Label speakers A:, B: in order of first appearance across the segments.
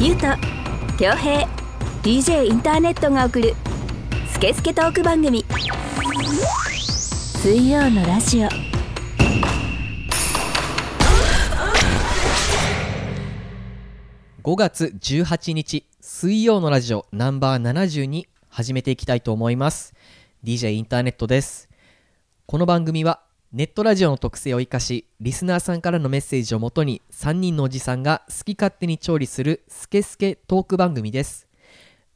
A: ゆうと恭平 DJ インターネットが送る「スケスケトーク番組」水曜のラジオ
B: 5月18日水曜のラジオナンバー72始めていきたいと思います DJ インターネットですこの番組はネットラジオの特性を生かしリスナーさんからのメッセージをもとに3人のおじさんが好き勝手に調理するスケスケトーク番組です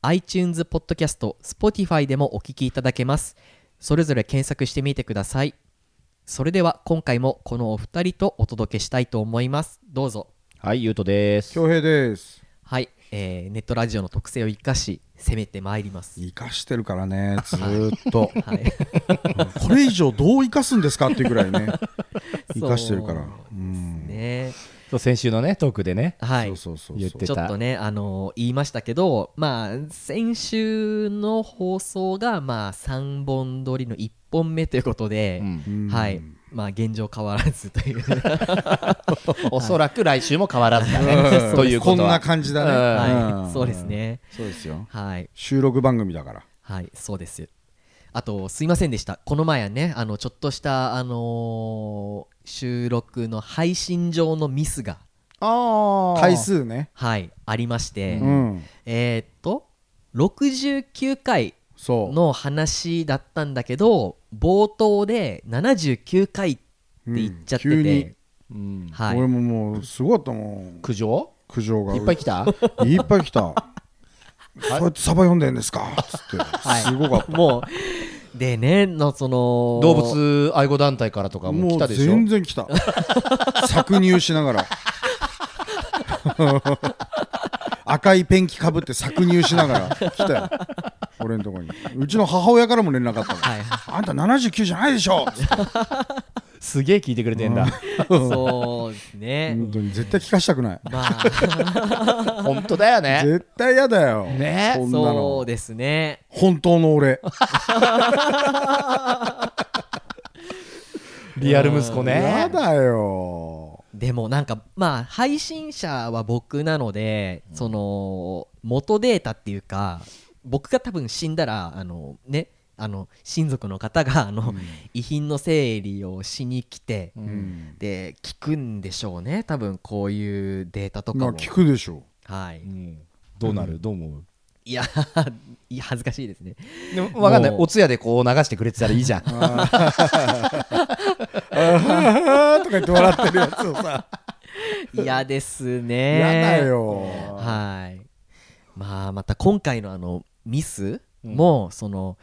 B: iTunes ポッドキャスト Spotify でもお聞きいただけますそれぞれ検索してみてくださいそれでは今回もこのお二人とお届けしたいと思いますどうぞ
C: はい、ゆうとです。
D: 恭平です
B: はい、えーネットラジオの特性を生かし攻めてまいります。
D: 生かしてるからねずーっと
B: はい、
D: これ以上どう生かすんですかっていうぐらいね生かしてるから
B: そう
D: う
B: です
D: ん
B: ね。
C: そう先週のね、トークでね、
B: はい、
D: そうそうそう
C: 言っ
D: そう
C: て
B: ちょっとね、あのー言いましたけど、まあ先週の放送がまあ三本撮りの一本目ということで、
D: うん
B: はい、 まあ現状変わらずと いう。
C: おそらく来週も変わらずだ
D: う
C: ね。
D: ん
C: ということは
D: こんな感じだね
C: うん
D: う
B: はい、
D: ん
B: そうですね。
D: そうですよ
B: はい、
D: 収録番組だから
B: はい、そうです。あと、すいませんでした。この前はね、あの、ちょっとした、あのー収録の配信上のミスが、
D: 回数ね
B: はい、ありまして、
D: うん
B: えーっと、69回
D: そ
B: の話だったんだけど、冒頭で79回って
D: う
B: 言っちゃって
D: うん急
B: て
D: に、
C: うん
B: はい
D: 俺、ももうすごかったもん
C: 苦情
D: 苦情が
C: いっぱい来た
D: いっぱい来たそうやってサバ読んでんですかつってすごかった
B: もう、でね、のその、
C: 動物愛護団体からとかも来
D: も
C: た
D: う
C: でしょ
D: 全然 来た搾乳しながら赤いペンキかぶって搾乳しながら来たよ俺のとこにうちの母親からも連絡あったもん、
B: はい
D: あんた79じゃないでしょつって
C: すげえ聞いてくれてんだ。
B: そうですね。
D: 本当に絶対聞かしたくない
B: まあ、
C: 本当だよね。
D: 絶対嫌だよ、
C: ね
D: そんな
B: そ
D: の
B: うですね。
D: 本当の俺
C: リアル息子
D: 嫌
C: ね。
D: だよ
B: でもなんかまあ配信者は僕なのでその元データっていうか僕が多分死んだらあのねあの親族の方があの遺品の整理をしに来て
D: うん
B: で聞くんでしょうね多分こういうデータと
D: ま
B: か
D: あ
B: も
D: 聞くでしょ
B: はい
C: うんどうなるどう思う
B: いや いや恥ずかしいです ね
C: でもわかんない。
B: もう
C: お通夜でこう流してくれてたらいいじゃん。
D: あーとか言って笑ってるやつをさ
B: 嫌ですね
D: 嫌だよ、
B: はい。まあまた今回のあのミスも、その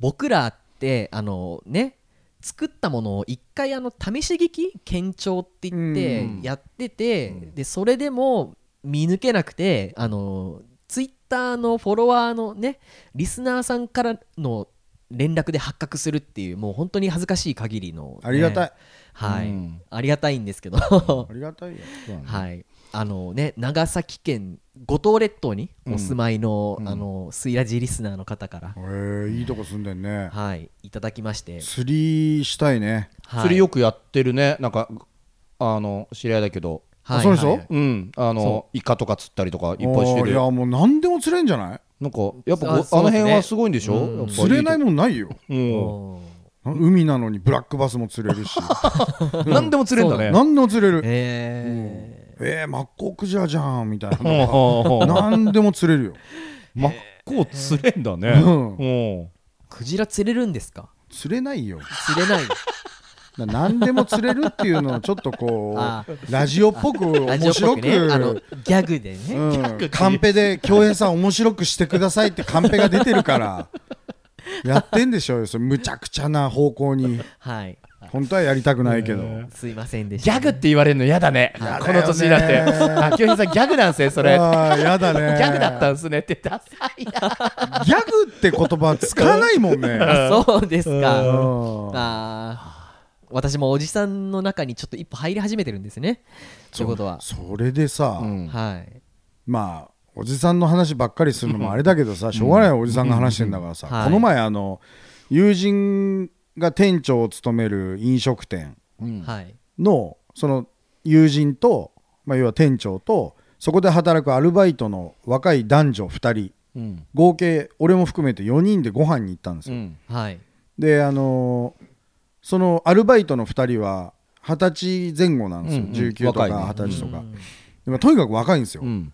B: 僕らってあのね作ったものを一回あの試し聞き検証って言って
D: うん
B: やってて、でそれでも見抜けなくてあのツイッターのフォロワーのねリスナーさんからの連絡で発覚するっていうもう本当に恥ずかしい限りのね、
D: ありがたい
B: はい、
C: うん
B: ありがたいんですけど
D: ありがたいよ
B: はい、あのね長崎県五島列島にお住まいの、あのスイラジリスナーの方から
D: へ、えいいとこ住んでんね
B: はいいただきまして、
D: 釣りしたいね
B: はい、
C: 釣りよくやってるね。なんか、あの、知り合いだけど。
B: はい、
D: あそうでしょ
B: はい
C: うん。あの、イカとか釣ったりとかいっぱいして
D: おー
C: る。
D: やもう何でも釣れんじゃない
C: なんかやっぱ
B: あ
C: あ,、あ
B: そう
C: の
B: ですね
C: 辺はすごいんでしょ、
B: うん
C: やっぱ
D: 釣れない
C: も
D: もんないよ
C: ん、
B: おー
D: な海なのにブラックバスも釣れる し
C: うん、何でも釣れるんだね
D: 何でも釣れる
B: え
D: えー、マッコウクジラじゃんみたい
C: うん
D: な 何でも釣れるよ
C: 真っ向釣れんだね、
D: うん
C: う
B: ー
C: ん
B: クジラ釣れるんですか
D: 釣れないよ
B: 釣れない
D: な何でも釣れるっていうのをちょっとこ
B: あ
D: うラジオっぽく
B: ラ
D: 面
B: ジオっぽ
D: 白
B: く
D: く
B: ねあのギャグでね、
D: うんカンペで「恭平さん面白くしてください」ってカンペが出てるからやってんでしょうよそれむちゃくちゃな方向に
B: はい
D: 本当はやりたくないけど、
B: すいませんでし
C: ギ
B: た
C: ャグって言われるの嫌だね
D: だよね
C: この年になってあ清平さんギャグなんすねそれギ
D: ああやだね
C: ャグだったんすねってダサいな
D: ギャグって言葉使わないもんね
B: そうです
D: う
B: か
D: ん
B: あー私もおじさんの中にちょっと一歩入り始めてるんですねということは、
D: それでさ、
B: はい
D: まあおじさんの話ばっかりするのもあれだけどさ、しょうがないよおじさんが話してんだからさ、
B: うんはい
D: この前あの友人が店長を務める飲食店
B: はい
D: のその友人と、まあ、要は店長とそこで働くアルバイトの若い男女2人
C: うん
D: 合計俺も含めて4人でご飯に行ったんです
C: う
D: よ、
C: ん
B: はい
D: であのーそのアルバイトの2人は二十歳前後なんですよ、
C: うんうん
D: 19とか
C: 若いね
D: 二十歳とか、
B: うん
D: でもとにかく若いんですよ、
C: うん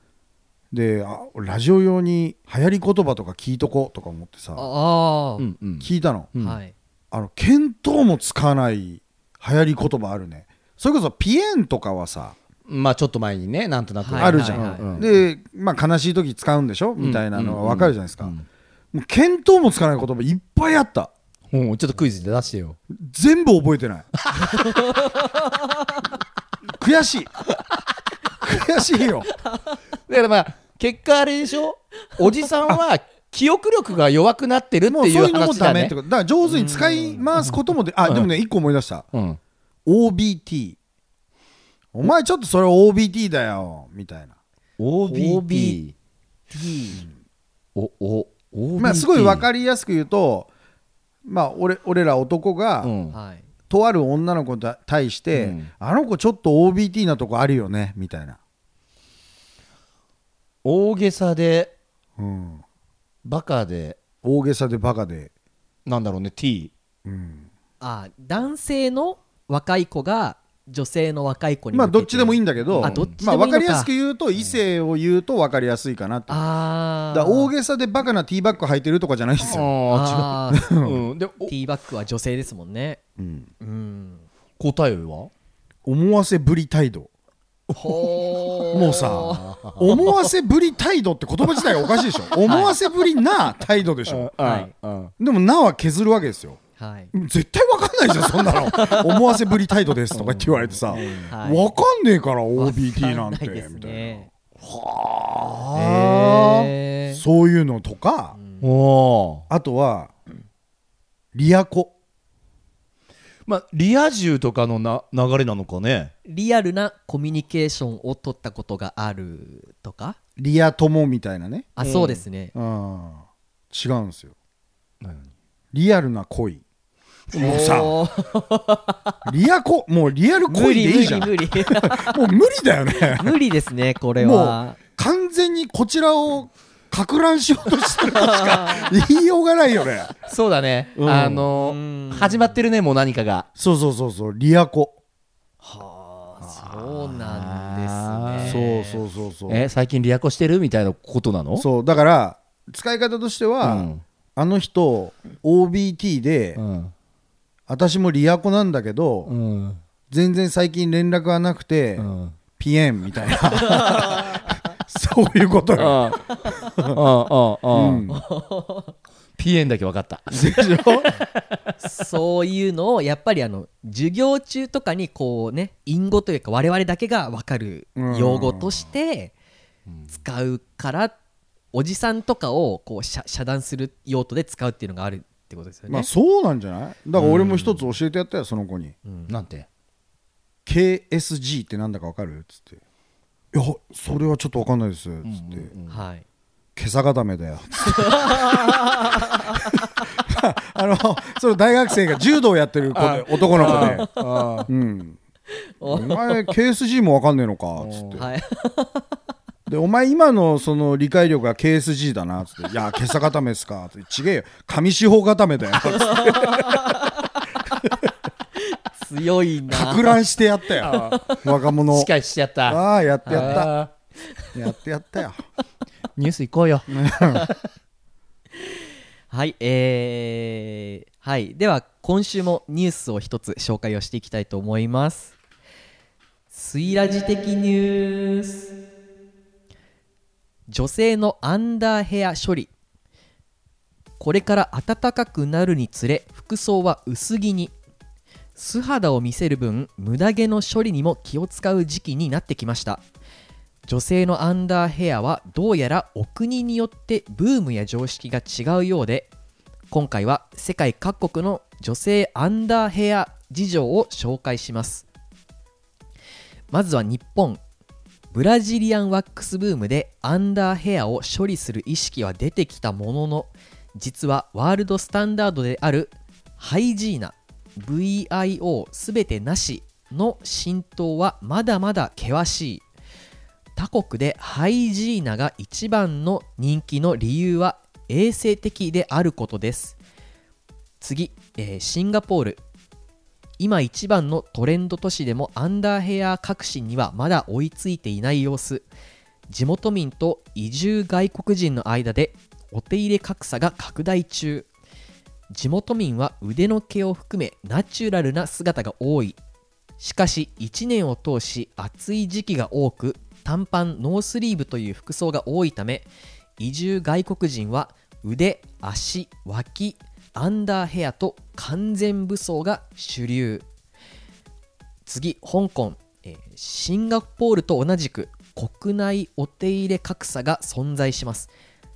D: であラジオ用に流行り言葉とか聞いとこうとか思ってさ
B: ああ、
C: うんうん
D: 聞いたの、
C: うん
B: はい
D: あの見当もつかない流行り言葉あるねそれこそピエンとかはさ、
C: まあちょっと前にねなんとなく
B: はい
D: あるじゃん、
B: はいはい
C: はい
D: で、まあ、悲しい時使うんでしょみたいなのは分かるじゃないですか、
C: うん
D: もう見当もつかない言葉いっぱいあった
C: うんちょっとクイズで出してよ
D: 全部覚えてない悔しい悔しいよ
C: だからまあ結果あれでしょおじさんは記憶力が弱くなってるって
D: もう
C: い
D: そういううのも
C: 話
D: ダ
C: だ
D: メっ
C: ね
D: てことだから上手に使い回すこともであでもね一個思い出した
C: うん、
D: OBT お前ちょっとそれ OBT だよみたいな
C: OBT おお OBT
D: まあすごい分
C: る、
D: かりやすく言うとまあ俺俺ら男が、
C: うん
B: はい
D: とある女の子に対して、
C: うん
D: あの子ちょっと OBT なとこあるよねみたいな、
C: 大げさで
D: うん、
C: バカで
D: 大げさでバカで、
C: なんだろうね T
D: うん、
B: あー男性の若い子が女性の若い子に
D: まあどっちでもいい
B: ん
D: んだけど
B: あどっちで
D: ま
B: もい
D: あ、
B: いのか
D: 分かりやすく言うと異性を言うと分かりやすいかなって、
B: あ
D: だ
B: あ
D: から大げさでバカなティーバッグ履いてるとかじゃないんですよ、
C: あ
B: あ
C: あ
B: ー
C: 違う、うん、でお
B: ティーバッグは女性ですもんね
D: うん、
B: うん
C: 答えは
D: 思わせぶり態度もうさ思わせぶり態度って言葉自体がおかしい でしょ思わせぶりな態度でしょ
B: はい
C: うん
D: でも「な」は削るわけですよ
B: はい
D: 絶対わかんないじゃんそんなの 思わせぶり態度ですとかって言われてさ、
B: はい
D: わかんねえから OBT なん
B: わか
D: て
B: です
D: みたいな、
B: ね
D: はあ、
B: へー
D: そういうのとか、
C: おー
D: あとはリアコ
C: まあリア充とかのな流れなのかね
B: リアルなコミュニケーションを取ったことがあるとか
D: リア友みたいなね、
B: あそうですね
D: うん、違うんですよリアルな恋もうさ
B: おー
D: リアコもうリアル
B: 無
D: 恋で
B: 理
D: い
B: 無
D: いじゃ
B: 理
D: ん
B: 無理
D: もう無理だよね
B: 無理ですねこれ
D: も
B: は
D: う完全にこちらをか乱しようとしてるとしか言いようがないよね
C: そうだね、
D: うん
C: あのー
B: うん
C: 始まってるねもう何かが
D: そうそうそうそうリアコ
B: はあそうなんです
D: そう
B: ね
D: そうそうそう
C: え最近リアコしてるみたいなことなの
D: そうだから使い方としては、
C: うん
D: あの人 OBT で、
C: うん
D: 私もリアコなんだけど、
C: うん
D: 全然最近連絡がなくて、ピエンみたいな そういうことよ、う
C: うん
D: ん、
C: ピエンだけ分か った
D: でしょ
B: そういうのをやっぱりあの授業中とかにこうね隠語というか我々だけが分かる用語として使うからおじさんとかをこう遮遮断する用途で使うっていうのがあるってことですよね。
D: まあそうなんじゃないだから俺も一つ教えてやったよその子に
C: なんて
D: KSG ってなんだかわかるっつって「いやそれはちょっとわかんないです」っつって、
B: はい、
D: 毛さがダメだ よ。あのその大学生が柔道やってる子で男の子で「うん、
B: お
D: お前 KSG も分かんねえのか」っつって
B: はい、
D: 「でお前今のその理解力が KSG だな」っつって「いや毛さ固めっすか」って「ちげえよ上四方固 めだよ」つって
B: 強いな
D: か乱してやったよ若者
C: しっかりしてやった
D: ああやってやった
C: あ
D: やってやったよ
C: ーニュース行こうよ
B: はい、えーはい、では今週もニュースを一つ紹介をしていきたいと思います。スイラジ的ニュース女性のアンダーヘア処理これから暖かくなるにつれ服装は薄着に素肌を見せる分無駄毛の処理にも気を使う時期になってきました女性のアンダーヘアはどうやらお国によってブームや常識が違うようで今回は世界各国の女性アンダーヘア事情を紹介しますまずは日本ブラジリアンワックスブームでアンダーヘアを処理する意識は出てきたものの実はワールドスタンダードであるハイジーナ VIO すべてなしの浸透はまだまだ険しい他国でハイジーナが一番の人気の理由は衛生的であることです次、えーシンガポール今一番のトレンド都市でもアンダーヘア革新にはまだ追いついていない様子地元民と移住外国人の間でお手入れ格差が拡大中地元民は腕の毛を含めナチュラルな姿が多いしかし1年を通し暑い時期が多く短パンノースリーブという服装が多いため移住外国人は腕足脇アンダーヘアと完全武装が主流次香港、えーシンガポールと同じく国内お手入れ格差が存在します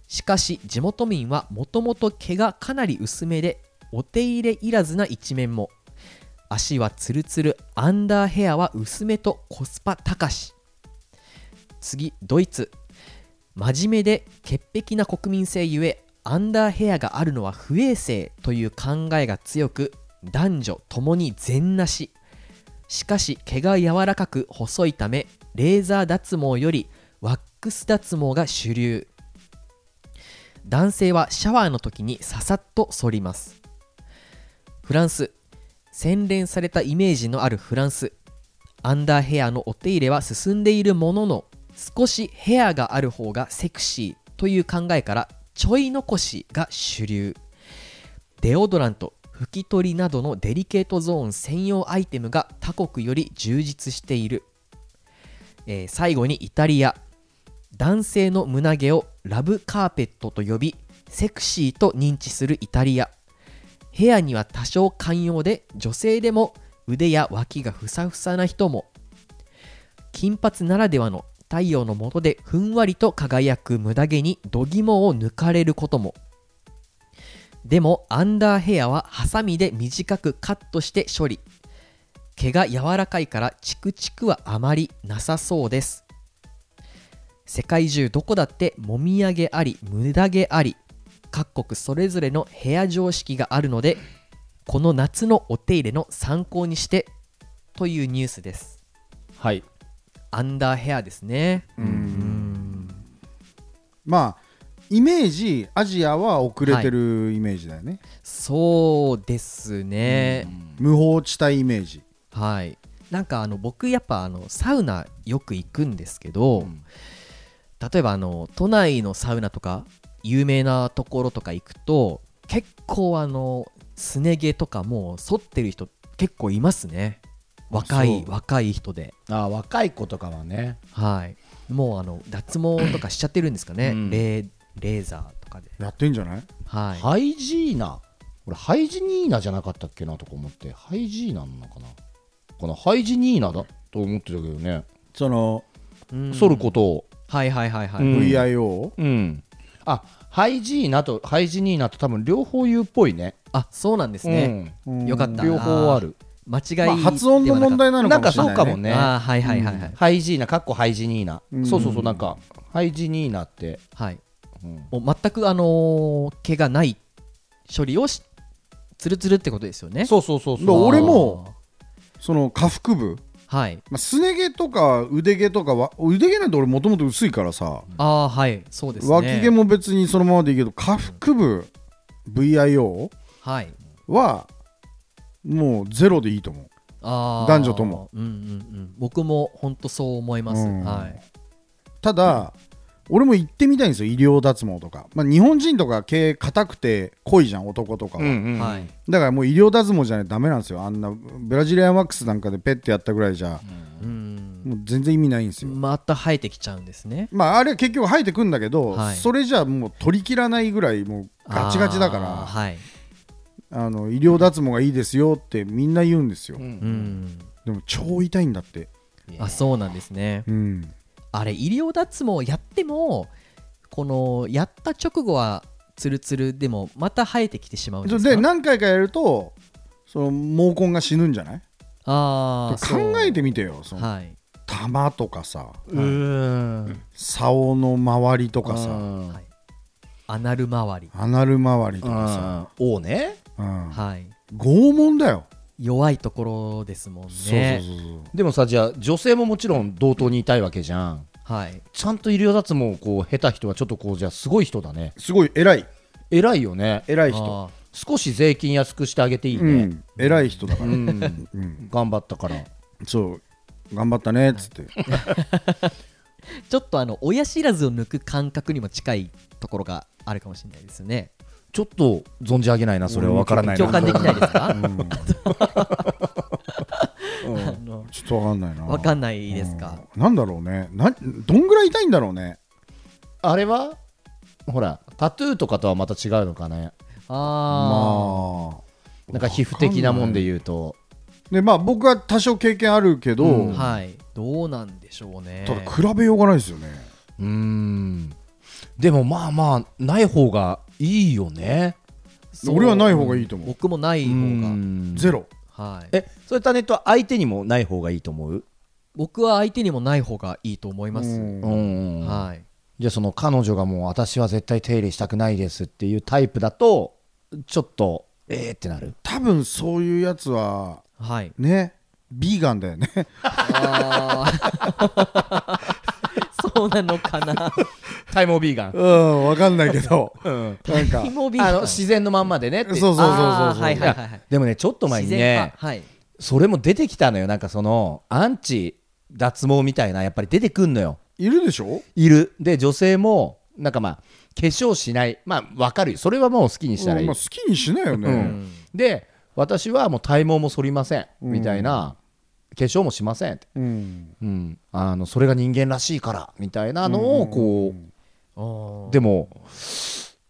B: しかし地元民はもともと毛がかなり薄めでお手入れいらずな一面も足はツルツルアンダーヘアは薄めとコスパ高し次ドイツ真面目で潔癖な国民性ゆえアンダーヘアがあるのは不衛生という考えが強く男女ともに全なししかし毛が柔らかく細いためレーザー脱毛よりワックス脱毛が主流男性はシャワーの時にささっと剃りますフランス洗練されたイメージのあるフランスアンダーヘアのお手入れは進んでいるものの少しヘアがある方がセクシーという考えからちょい残しが主流デオドラント拭き取りなどのデリケートゾーン専用アイテムが他国より充実している、えー最後にイタリア男性の胸毛をラブカーペットと呼びセクシーと認知するイタリア部屋には多少寛容で女性でも腕や脇がふさふさな人も金髪ならではの太陽の下でふんわりと輝くムダ毛に度肝を抜かれることもでもアンダーヘアはハサミで短くカットして処理毛が柔らかいからチクチクはあまりなさそうです世界中どこだってもみあげありムダ毛あり各国それぞれのヘア常識があるのでこの夏のお手入れの参考にしてというニュースです
C: はい
B: アンダーヘアですね
D: まあイメージアジアは遅れてるイメージだよね、
B: そうですね、
D: 無法地帯イメージ
B: はいなんかあの僕やっぱあのサウナよく行くんですけど、
C: うん
B: 例えばあの都内のサウナとか有名なところとか行くと結構あのすね毛とかもう剃ってる人結構いますね若い
C: そう
B: 若い人で
C: あー若い子とかはね
B: はいもうあの脱毛とかしちゃってるんですかね、
C: うん
B: レーレーザーとかで
D: やってんじゃない
B: はい
C: ハイジーナ俺ハイジニーナじゃなかったっけなとか思ってハイジーナなのかなこのハイジニーナだと思ってたけどね
D: その
B: うん
C: 剃ることを
B: はいはいはいはい、
C: うん
D: VIO
C: うん、あハイジーナとハイジニーナと多分両方言うっぽいね
B: あそうなんですね、
D: うん
B: よかったな
C: 両方ある
B: 間違い
D: まあ発音の問題なのかもしれな
C: なんかそ
D: い、ね、
C: うかもね
B: あーはいはいはいはい、
C: ハイジーナかっこハイジニーナ、
D: うん
C: そうそうそうなんかハイジニーナって、
B: はい
C: うん
B: もう全くあのー毛がない処理をしつるつるってことですよね
C: そうそうそうそう
D: だから俺もその下腹部
B: はい
D: まあすね毛とか腕毛とかは腕毛なんて俺もともと薄いからさ、
B: ああーはいそうですね
D: 脇毛も別にそのままでいいけど下腹部 VIO
B: はい
D: はもうゼロでいいと思う
B: あー
D: 男女とも
B: うんうんうん僕も本当そう思います、
D: うん
B: はい
D: ただ、俺も行ってみたいんですよ医療脱毛とか、まあ、日本人とか毛硬くて濃いじゃん男とかは、
C: うんうん
B: はい
D: だからもう医療脱毛じゃないとダメなんですよあんなブラジリアンワックスなんかでペッてやったぐらいじゃ、
B: うん
D: もう全然意味ないんですよ、
B: また生えてきちゃうんですね
D: まああれは結局生えてくんだけど、
B: はい
D: それじゃもう取り切らないぐらいもうガチガチだか
B: あー
D: ら
B: はい
D: あの医療脱毛がいいですよってみんな言うんですよ、
C: うん
B: うん
D: でも超痛いんだって
B: あそうなんですね
D: うん
B: あれ医療脱毛やってもこのやった直後はつるつるでもまた生えてきてしまうんですか
D: で何回かやるとその毛根が死ぬんじゃない
B: ああ
D: 考えてみてよその
B: はい
D: 玉とかさ
C: うーん
D: 竿の周りと
C: と
D: かさ
B: はいアナル周り
D: アナル周りとか
C: あ王ね
D: さ、うん
B: はい
D: 拷問だよ
B: 弱いところですもん
D: そう
B: ね
D: そうそうそう
C: でもさじゃあ女性ももちろん同等にいたいわけじゃん
B: はい
C: ちゃんと医療脱毛をこう下手人はちょっとこうじゃあすごい人だね
D: すごい偉い
C: 偉いよね
D: 偉い人
B: あ
C: 少し税金安くしてあげていいうね
D: ん偉い人だか
C: う
D: ら
C: ん、頑張ったから
D: そう頑張ったねっつって
B: ーちょっとあの親知らずを抜く感覚にも近いところがあるかもしれないですね
C: ちょっと存じ上げないなそれは分からない
B: 共感できないですか、
D: うんちょっとわかんないな
B: わかんないですか、
D: うんなんだろうねなどんぐらい痛いんだろうね
C: あれはほらタトゥーとかとはまた違うのかね
B: あ
D: まあ
C: なんか皮膚的なもんで言うと
D: でまあ僕は多少経験あるけど、
B: あ、はいどうなんでしょうね
D: ただ比べようがないですよね
C: うーんでもまあまあない方がいいよね
B: そう
D: 俺はない方がいいと思う、
B: 僕もない方が
C: ゼ
D: ゼ
C: ロ
D: ロ
B: はい
C: えそれタネットは相手にもない方がいいと思う
B: 僕は相手にもない方がいいと思います、
D: うん
C: ん
B: はい
C: じゃあその彼女がもう私は絶対手入れしたくないですっていうタイプだとちょっとえーってなる
D: 多分そういうやつは
B: はい
D: ねビーガンだよね
B: あー そうなのかな
C: タイモビーガン
D: うんわかんないけど、なんか
B: 肝ビーガン
C: あの自然のまんまでねって
D: そうそうそうそう
B: あーはいはい
C: や
B: はいはい
C: でもねちょっと前に
B: 自然
C: ね
B: 派はい
C: それも出てきたのよなんかそのアンチ脱毛みたいなやっぱり出てくんのよ
D: いるでしょ
C: いるで女性もなんかまあ化粧しないまあわかるよそれはもう好きにしたらいい、
D: うんまあ、好きにしないよね、
C: うんで私はもう体毛も剃りませんみたいな、化粧もしませんって、
D: うん
C: うん、あのそれが人間らしいからみたいなのをこ
B: あー
C: うでも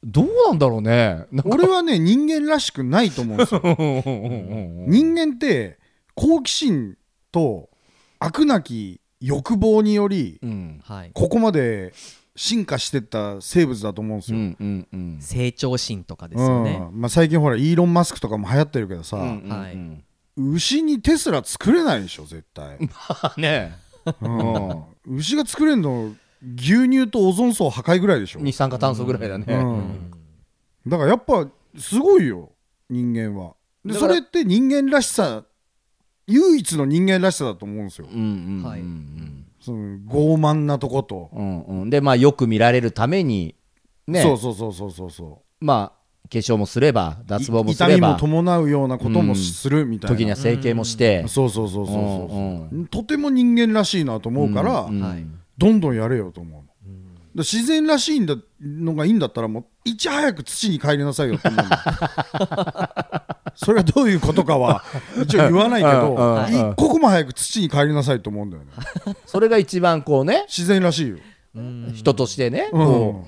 C: どうなんだろうねなんか
D: 俺はね人間らしくないと思うんですよ人間って好奇心と悪なき欲望により
C: うん
B: はい
D: ここまで進化してった生物だと思うんです
C: う
D: よ、
C: んうんうん
B: 成長心とかですよね、
D: うんまあ、最近ほらイーロン・マスクとかも流行ってるけどさ、
C: うんうんうん
B: はい
D: 牛にテスラ作れないでしょ絶 対、
C: あね
D: うん、牛が作れるの牛乳とオゾン層破壊ぐらいでしょ、
C: 二酸化炭素ぐらいだ
D: う
C: ね、
D: ん、だからやっぱすごいよ人間はで
C: だ
D: そ
C: から
D: れって人間らしさ唯一の人間らしさだと思うんですよ
C: うん、うんうん
B: はい
D: その傲慢なとこと、
C: うんうんでまあよく見られるためにね
D: そうそうそうそうそうそ
C: まあ化粧もすれば
D: う
C: 脱毛もす
D: 痛
C: れ
D: みも
C: ば
D: 伴うようなこともするみたいな、
C: 時には整形もして
D: そうそうそうそうそうそう、
C: うん
D: とても人間らしいなと思うから、
C: うんうん
B: はい
D: どんどんやれよと思うの、だから自然らしいんだのがいいんだったらもういち早く土に帰りなさいよって思うのそれはどういうことかは一応言わないけ
C: うんうんうん
D: ど一刻も早く土に帰りなさいと思うんだよね
C: それが一番こうね
D: 自然らしいよ、
C: 人としてね
D: うん
C: こ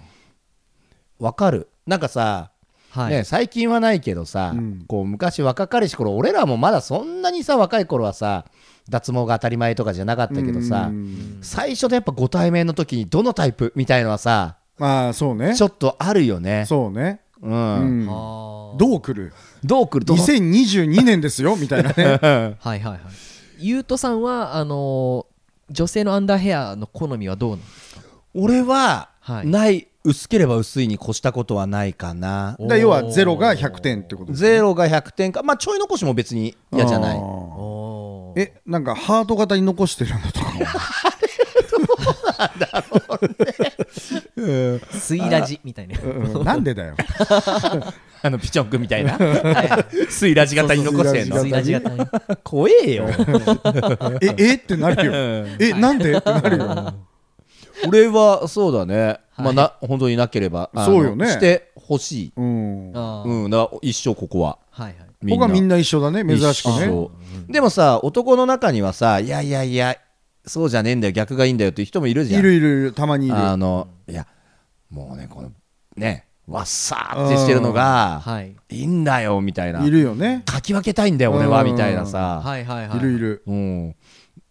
C: うわかるなんかさ
B: はい、
C: ね、最近はないけどさ、
D: うん
C: こう昔若かりし頃俺らもまだそんなにさ若い頃はさ脱毛が当たり前とかじゃなかったけどさ、
D: うん
C: 最初のやっぱご対面の時にどのタイプみたいのはさ
D: まあそうね
C: ちょっとあるよね
D: そうね、
C: う、、
D: うんん
B: あー
D: どう来る
C: どう来るどう
D: 2022年ですよみたいなね
B: はいはいはいゆうとさんはあのー女性のアンダーヘアの好みはどうなの
C: 俺は、
B: はい
C: ない薄ければ薄いに越したことはないかな
D: だから要はゼロが100点ってことです
C: ゼロが100点かまあちょい残しも別に嫌じゃない
D: あ
C: あ
D: ー
B: おー
D: えなんかハート型に残してるのとかも
B: スイラジみたいな
D: うんなんでだよ。
C: のピチョン君みた いなスイラジ型に残してん
D: そう
C: の
D: そう
B: スイラジが大変
C: 怖えよ
D: え、えってなるよ。え、なんでってなるよ。
C: 俺はそうだね、まあな本当になければあの
D: そうよね
C: してほしい、
D: うん。
B: あー
C: うん、だから一生ここは
B: はいはい
C: みん
D: 僕
C: な
D: はみんな一緒だね、珍しく
C: 一
D: ね。
C: 緒でもさ男の中にはさいやいやいやそうじゃねえんだよ逆がいいんだよっていう人もいるじゃ
D: い
C: ん
D: るいるいる、たまにいる。
C: あのいやもうねこのねわっさーってしてるのが、
B: はい
C: い、いんだよみたいない
D: るよね。
C: かき分けたいんだよ俺は
D: うん
C: みたいなさ、
B: はいはいはい
D: いるいる。
C: うん、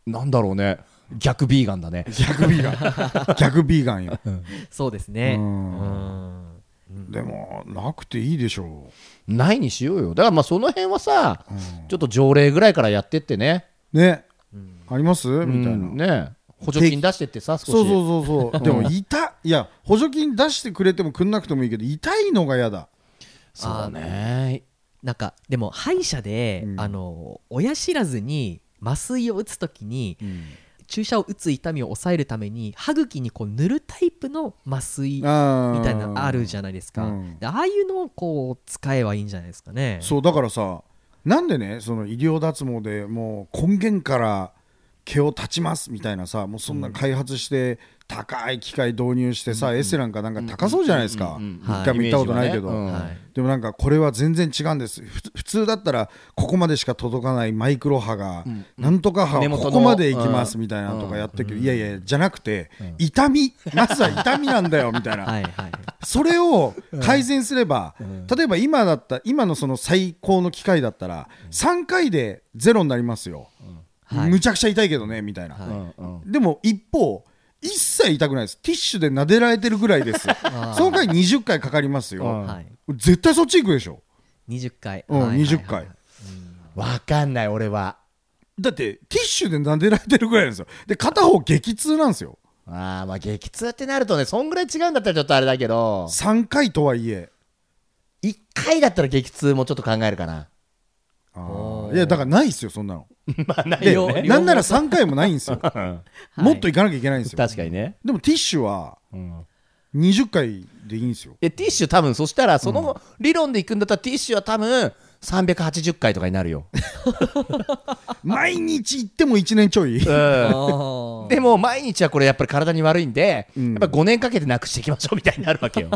C: なんだろうね逆ビーガンだね
D: 逆ビーガン。 逆ビーガンよ。
B: そうですね
D: うん
B: うん
D: でも、なくていいでしょ
C: ないにしようよだからまあその辺はさ、ちょっと条例ぐらいからやってってね
D: う。ね。ありますみたい
C: うん
D: な。
C: ね補助金出してってさ少し
D: そうそうそうそう。でも、痛い。いや、補助金出してくれてもくんなくてもいいけど、痛いのが嫌だ。
C: そうね
B: なんかでも歯医者で、
D: うん
B: あの親知らずに麻酔を打つ時に注射を打つ痛みを抑えるために歯茎にこう塗るタイプの麻酔み
D: あー
B: たいなのあるじゃないですか、
D: うん
B: でああいうのをこう使えばいいんじゃないですかね
D: そうだからさなんでねその医療脱毛でもう根源から毛を断ちますみたいなさもうそんな開発して高い機械導入してさ、エセなんかなんか高そうじゃないです
C: う
D: か、
C: んうんうんうん
B: はい
D: 一回も行ったことないけど、
C: イメージはねうん
B: はい
D: でもなんかこれは全然違うんですふ普通だったらここまでしか届かないマイクロ波が、なんとか波
C: 根
D: は
C: 元の
D: ここまで行きますみたいなのとかやってるけど、いやいやじゃなくて、痛みまずは痛みなんだよみたいな、
B: はいはい
D: それを改善すれば、例えば今だった今のその最高の機会だったら、3回でゼロになりますよ、
B: はい
D: むちゃくちゃ痛いけどねみたいな、
C: うんうん
D: でも一方一切痛くないですティッシュで撫でられてるぐら いです
B: ー
D: その回20回かかりますよ、
C: うん
B: はい
D: 絶対そっち行くでしょ、
B: 20回、
D: うん
B: はいはいはい
D: 20回
C: わかんない俺は
D: だってティッシュで撫でられてるぐらいなんですよで片方激痛なんですよ
C: ああまあ激痛ってなるとねそんぐらい違うんだったらちょっとあれだけど
D: 3回とはいえ
C: 1回だったら激痛もちょっと考えるかな
D: いやだからないですよそん なの
C: まあな
D: で
B: よね
D: なんなら3回もないんで すよ
B: い
D: もっと行かなきゃいけないんですよ
C: 確かにね、
D: でもティッシュは
C: うん、
D: 20回でいいんですよ
C: えティッシュ多分そしたらその理論でいくんだったらティッシュは多分380回とかになるよ、
D: 毎日行っても1年ちょい
C: うん
B: あー
C: でも毎日はこれやっぱり体に悪いんで、
D: うん
C: やっぱ5年かけてなくしていきましょうみたいになるわけよ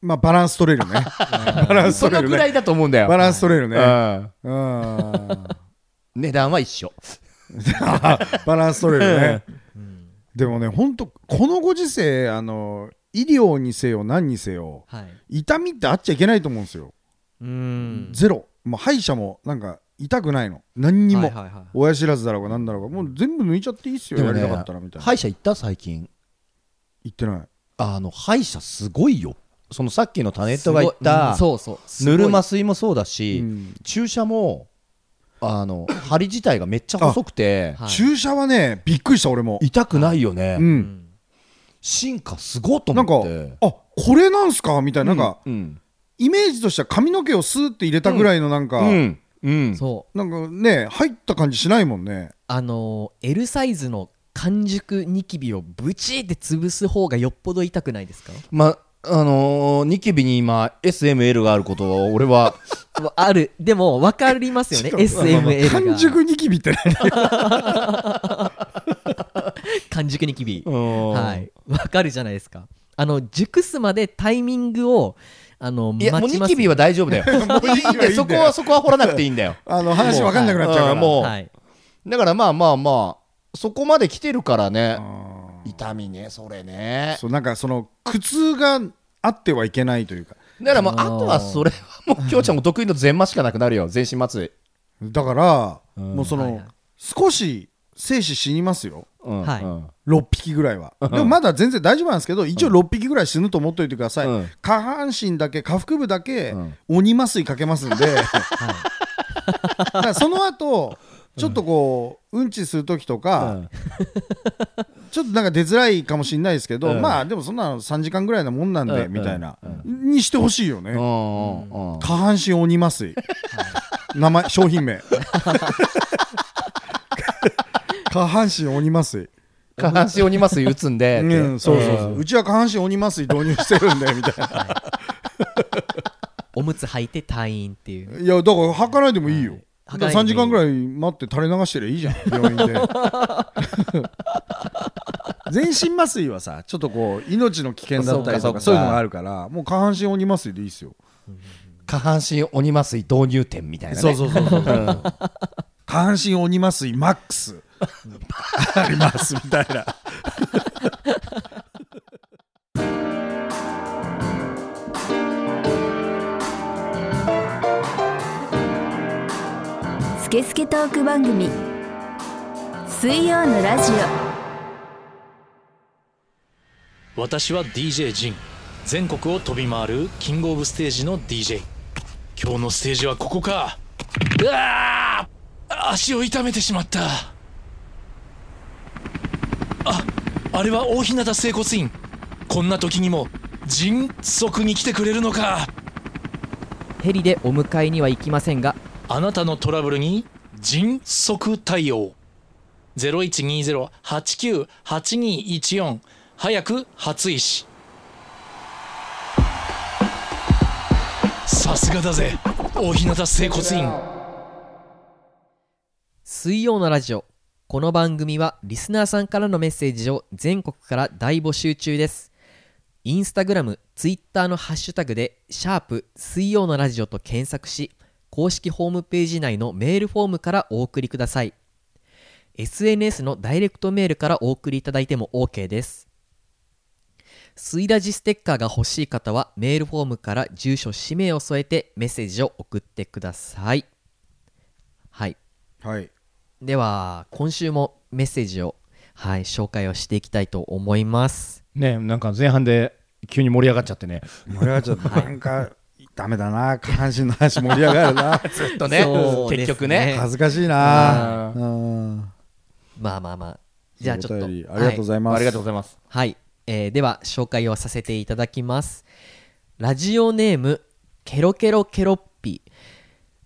D: まあバランス取れるね バランス
C: そ
D: 取
C: の
D: れる
C: ぐら
D: ね
C: いだと思うんだよ、
D: バランス取れるね
C: うん
D: うん
C: 値段は一緒
D: バランス取れるねでもね本当このご時世あの医療にせよ何にせよ
B: はい
D: 痛みってあっちゃいけないと思うんですよ
B: うん
D: ゼロもう歯医者もなんか痛くないの何にも、
B: はいはいはい
D: 親知らずだろうが何だろうがもう全部抜いちゃっていいっすよ、やりたかったらみたいな、
C: 歯医者行った最近
D: 言ってない
C: あの歯医者すごいよそのさっきのタネットが言った
B: すごいうんそうそう
C: ぬるます水もそうだし、
D: うん
C: 注射もあの針自体がめっちゃ細くて、
B: はい
D: 注射はねびっくりした俺も、
C: 痛くないよね、
D: う、
B: ごいうんん
C: 進化すごいと
D: なんか
C: 思
D: あ
C: って
D: これなんすかみたいななんか、
C: うん
D: イメージとしては髪の毛をスーって入れたぐらいのなんか、
C: うんうん
B: そう
D: なんかね入った感じしないもんね
B: あのー L サイズの完熟ニキビをブチって潰す方がよっぽど痛くないですか
C: まあのーニキビに今 SML があることは俺は
B: わあるでも分かりますよね SML が
D: 完熟ニキビって何
B: 完熟ニキビは
C: はい
B: 分かるじゃないですかあの熟すまでタイミングをあの
C: いやもう
B: 待ち
C: ニ
B: ます
C: キビは大丈夫だよ
D: も ういいよいいんだよ
C: でそこはそこは掘らなくていいんだよ
D: あの話わかんなくなっちゃうから
C: もうはい
B: はい
C: だからまあまあまあそこまで来てるからね
D: あ
C: 痛みねそれ
D: ー
C: ね
D: そうなんかその苦痛があってはいけないというか
C: だからもう
B: あ
C: あ
B: ー
C: とはそれはもう京ちゃんお得意の全麻しかなくなるよ 全身麻酔
D: だから、
C: うん
D: もうその、
B: はいはい
D: 少し生死死にますよ
C: うん
B: はい
C: うん
D: 6匹ぐらいは、でもまだ全然大丈夫なんですけど一応6匹ぐらい死ぬと思っておいてください、
C: うん
D: 下半身だけ下腹部だけ、
C: うん
D: 鬼麻酔か けますんで、だからその後ちょっとこう、うん、ちする時とか、
C: うん
D: ちょっとなんか出づらいかもしれないですけど、
C: うん
D: まあでもそんなの3時間ぐらいなもんなんで、
C: うん
D: みたいな、
C: う
D: にしてほしいよね、
C: うんうんうん
D: 下半身鬼麻酔名前商 品名下半身鬼麻酔
C: 下半身鬼麻酔打つんでって
D: うん、そうそうそううんうちは下半身鬼麻酔導入してるんでみたい な
B: おむつ履いて退院っていう
D: いやだから履かないでもいいよ、
B: はい履か
D: だか
B: らない
D: 3
B: で
D: 時
B: もいい
D: 間ぐらい待って垂れ流してりゃいいじゃん病 院で全身麻酔はさちょっとこう命の危険だったりとか
C: そ
D: そ
C: かそう
D: う
C: か
D: ういうのがあるからもう下半身鬼麻酔でいいっすよ
C: 下半身鬼麻酔導入店みたいなね
D: そうそうそうそ
C: う
D: う
C: ん
D: 下半身鬼麻酔マックスありますみたいな
A: スケスケトーク番組水曜のラジオ
E: 私は DJ ジン全国を飛び回るキングオブステージの DJ 今日のステージはここかうわあ足を痛めてしまったああれは大日向整骨院こんな時にも迅速に来てくれるのか
B: ヘリでお迎えには行きませんが
E: あなたのトラブルに迅速対応0120-89-8214早く初石さすがだぜ大日向整骨院
B: 水曜のラジオこの番組はリスナーさんからのメッセージを全国から大募集中ですインスタグラムツイッターのハッシュタグで「シャープ水曜のラジオ」と検索し公式ホームページ内のメールフォームからお送りください SNS のダイレクトメールからお送りいただいても OK です水ラジステッカーが欲しい方はメールフォームから住所氏名を添えてメッセージを送ってくださいはい
D: はい
B: では今週もメッセージを、はい、紹介をしていきたいと思います
C: ねなんか前半で急に盛り上がっちゃってね
D: 俺はちょっとなんかダメだな下半身の話盛り上が るな
F: ずっとね
B: そうですね
F: 結局ね
D: 恥ずかしいなうん
B: まあまあまあじゃあちょっと
D: お便りありがとうございます、
C: ありがとうございます
B: はい、はいえーでは紹介をさせていただきますラジオネームケロケロケロッピ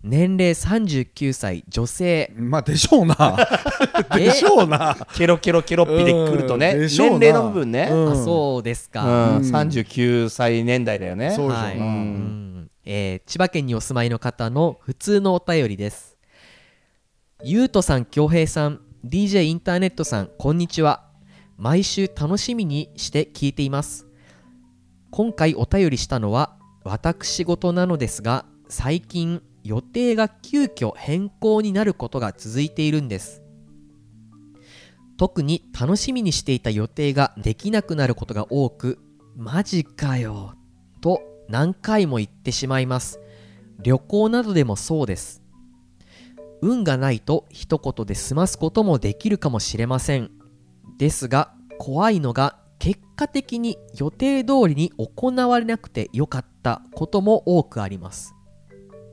B: 年齢39歳女性
D: まあでしょうな でしょうな
F: ケロケロケロッピで来るとね
D: うんで
F: 年
D: しょうな
F: 齢の部分ね
D: うん
B: あそうです
F: う
B: か、
F: ん39歳年代だよね
D: そうでしょうな、
B: はい
D: うん
B: えー千葉県にお住まいの方の普通のお便りですゆうとさん恭平さん DJ インターネットさんこんにちは毎週楽しみにして聞いています今回お便りしたのは私事なのですが最近予定が急遽変更になることが続いているんです特に楽しみにしていた予定ができなくなることが多くマジかよと何回も言ってしまいます旅行などでもそうです運がないと一言で済ますこともできるかもしれませんですが怖いのが結果的に予定通りに行われなくてよかったことも多くあります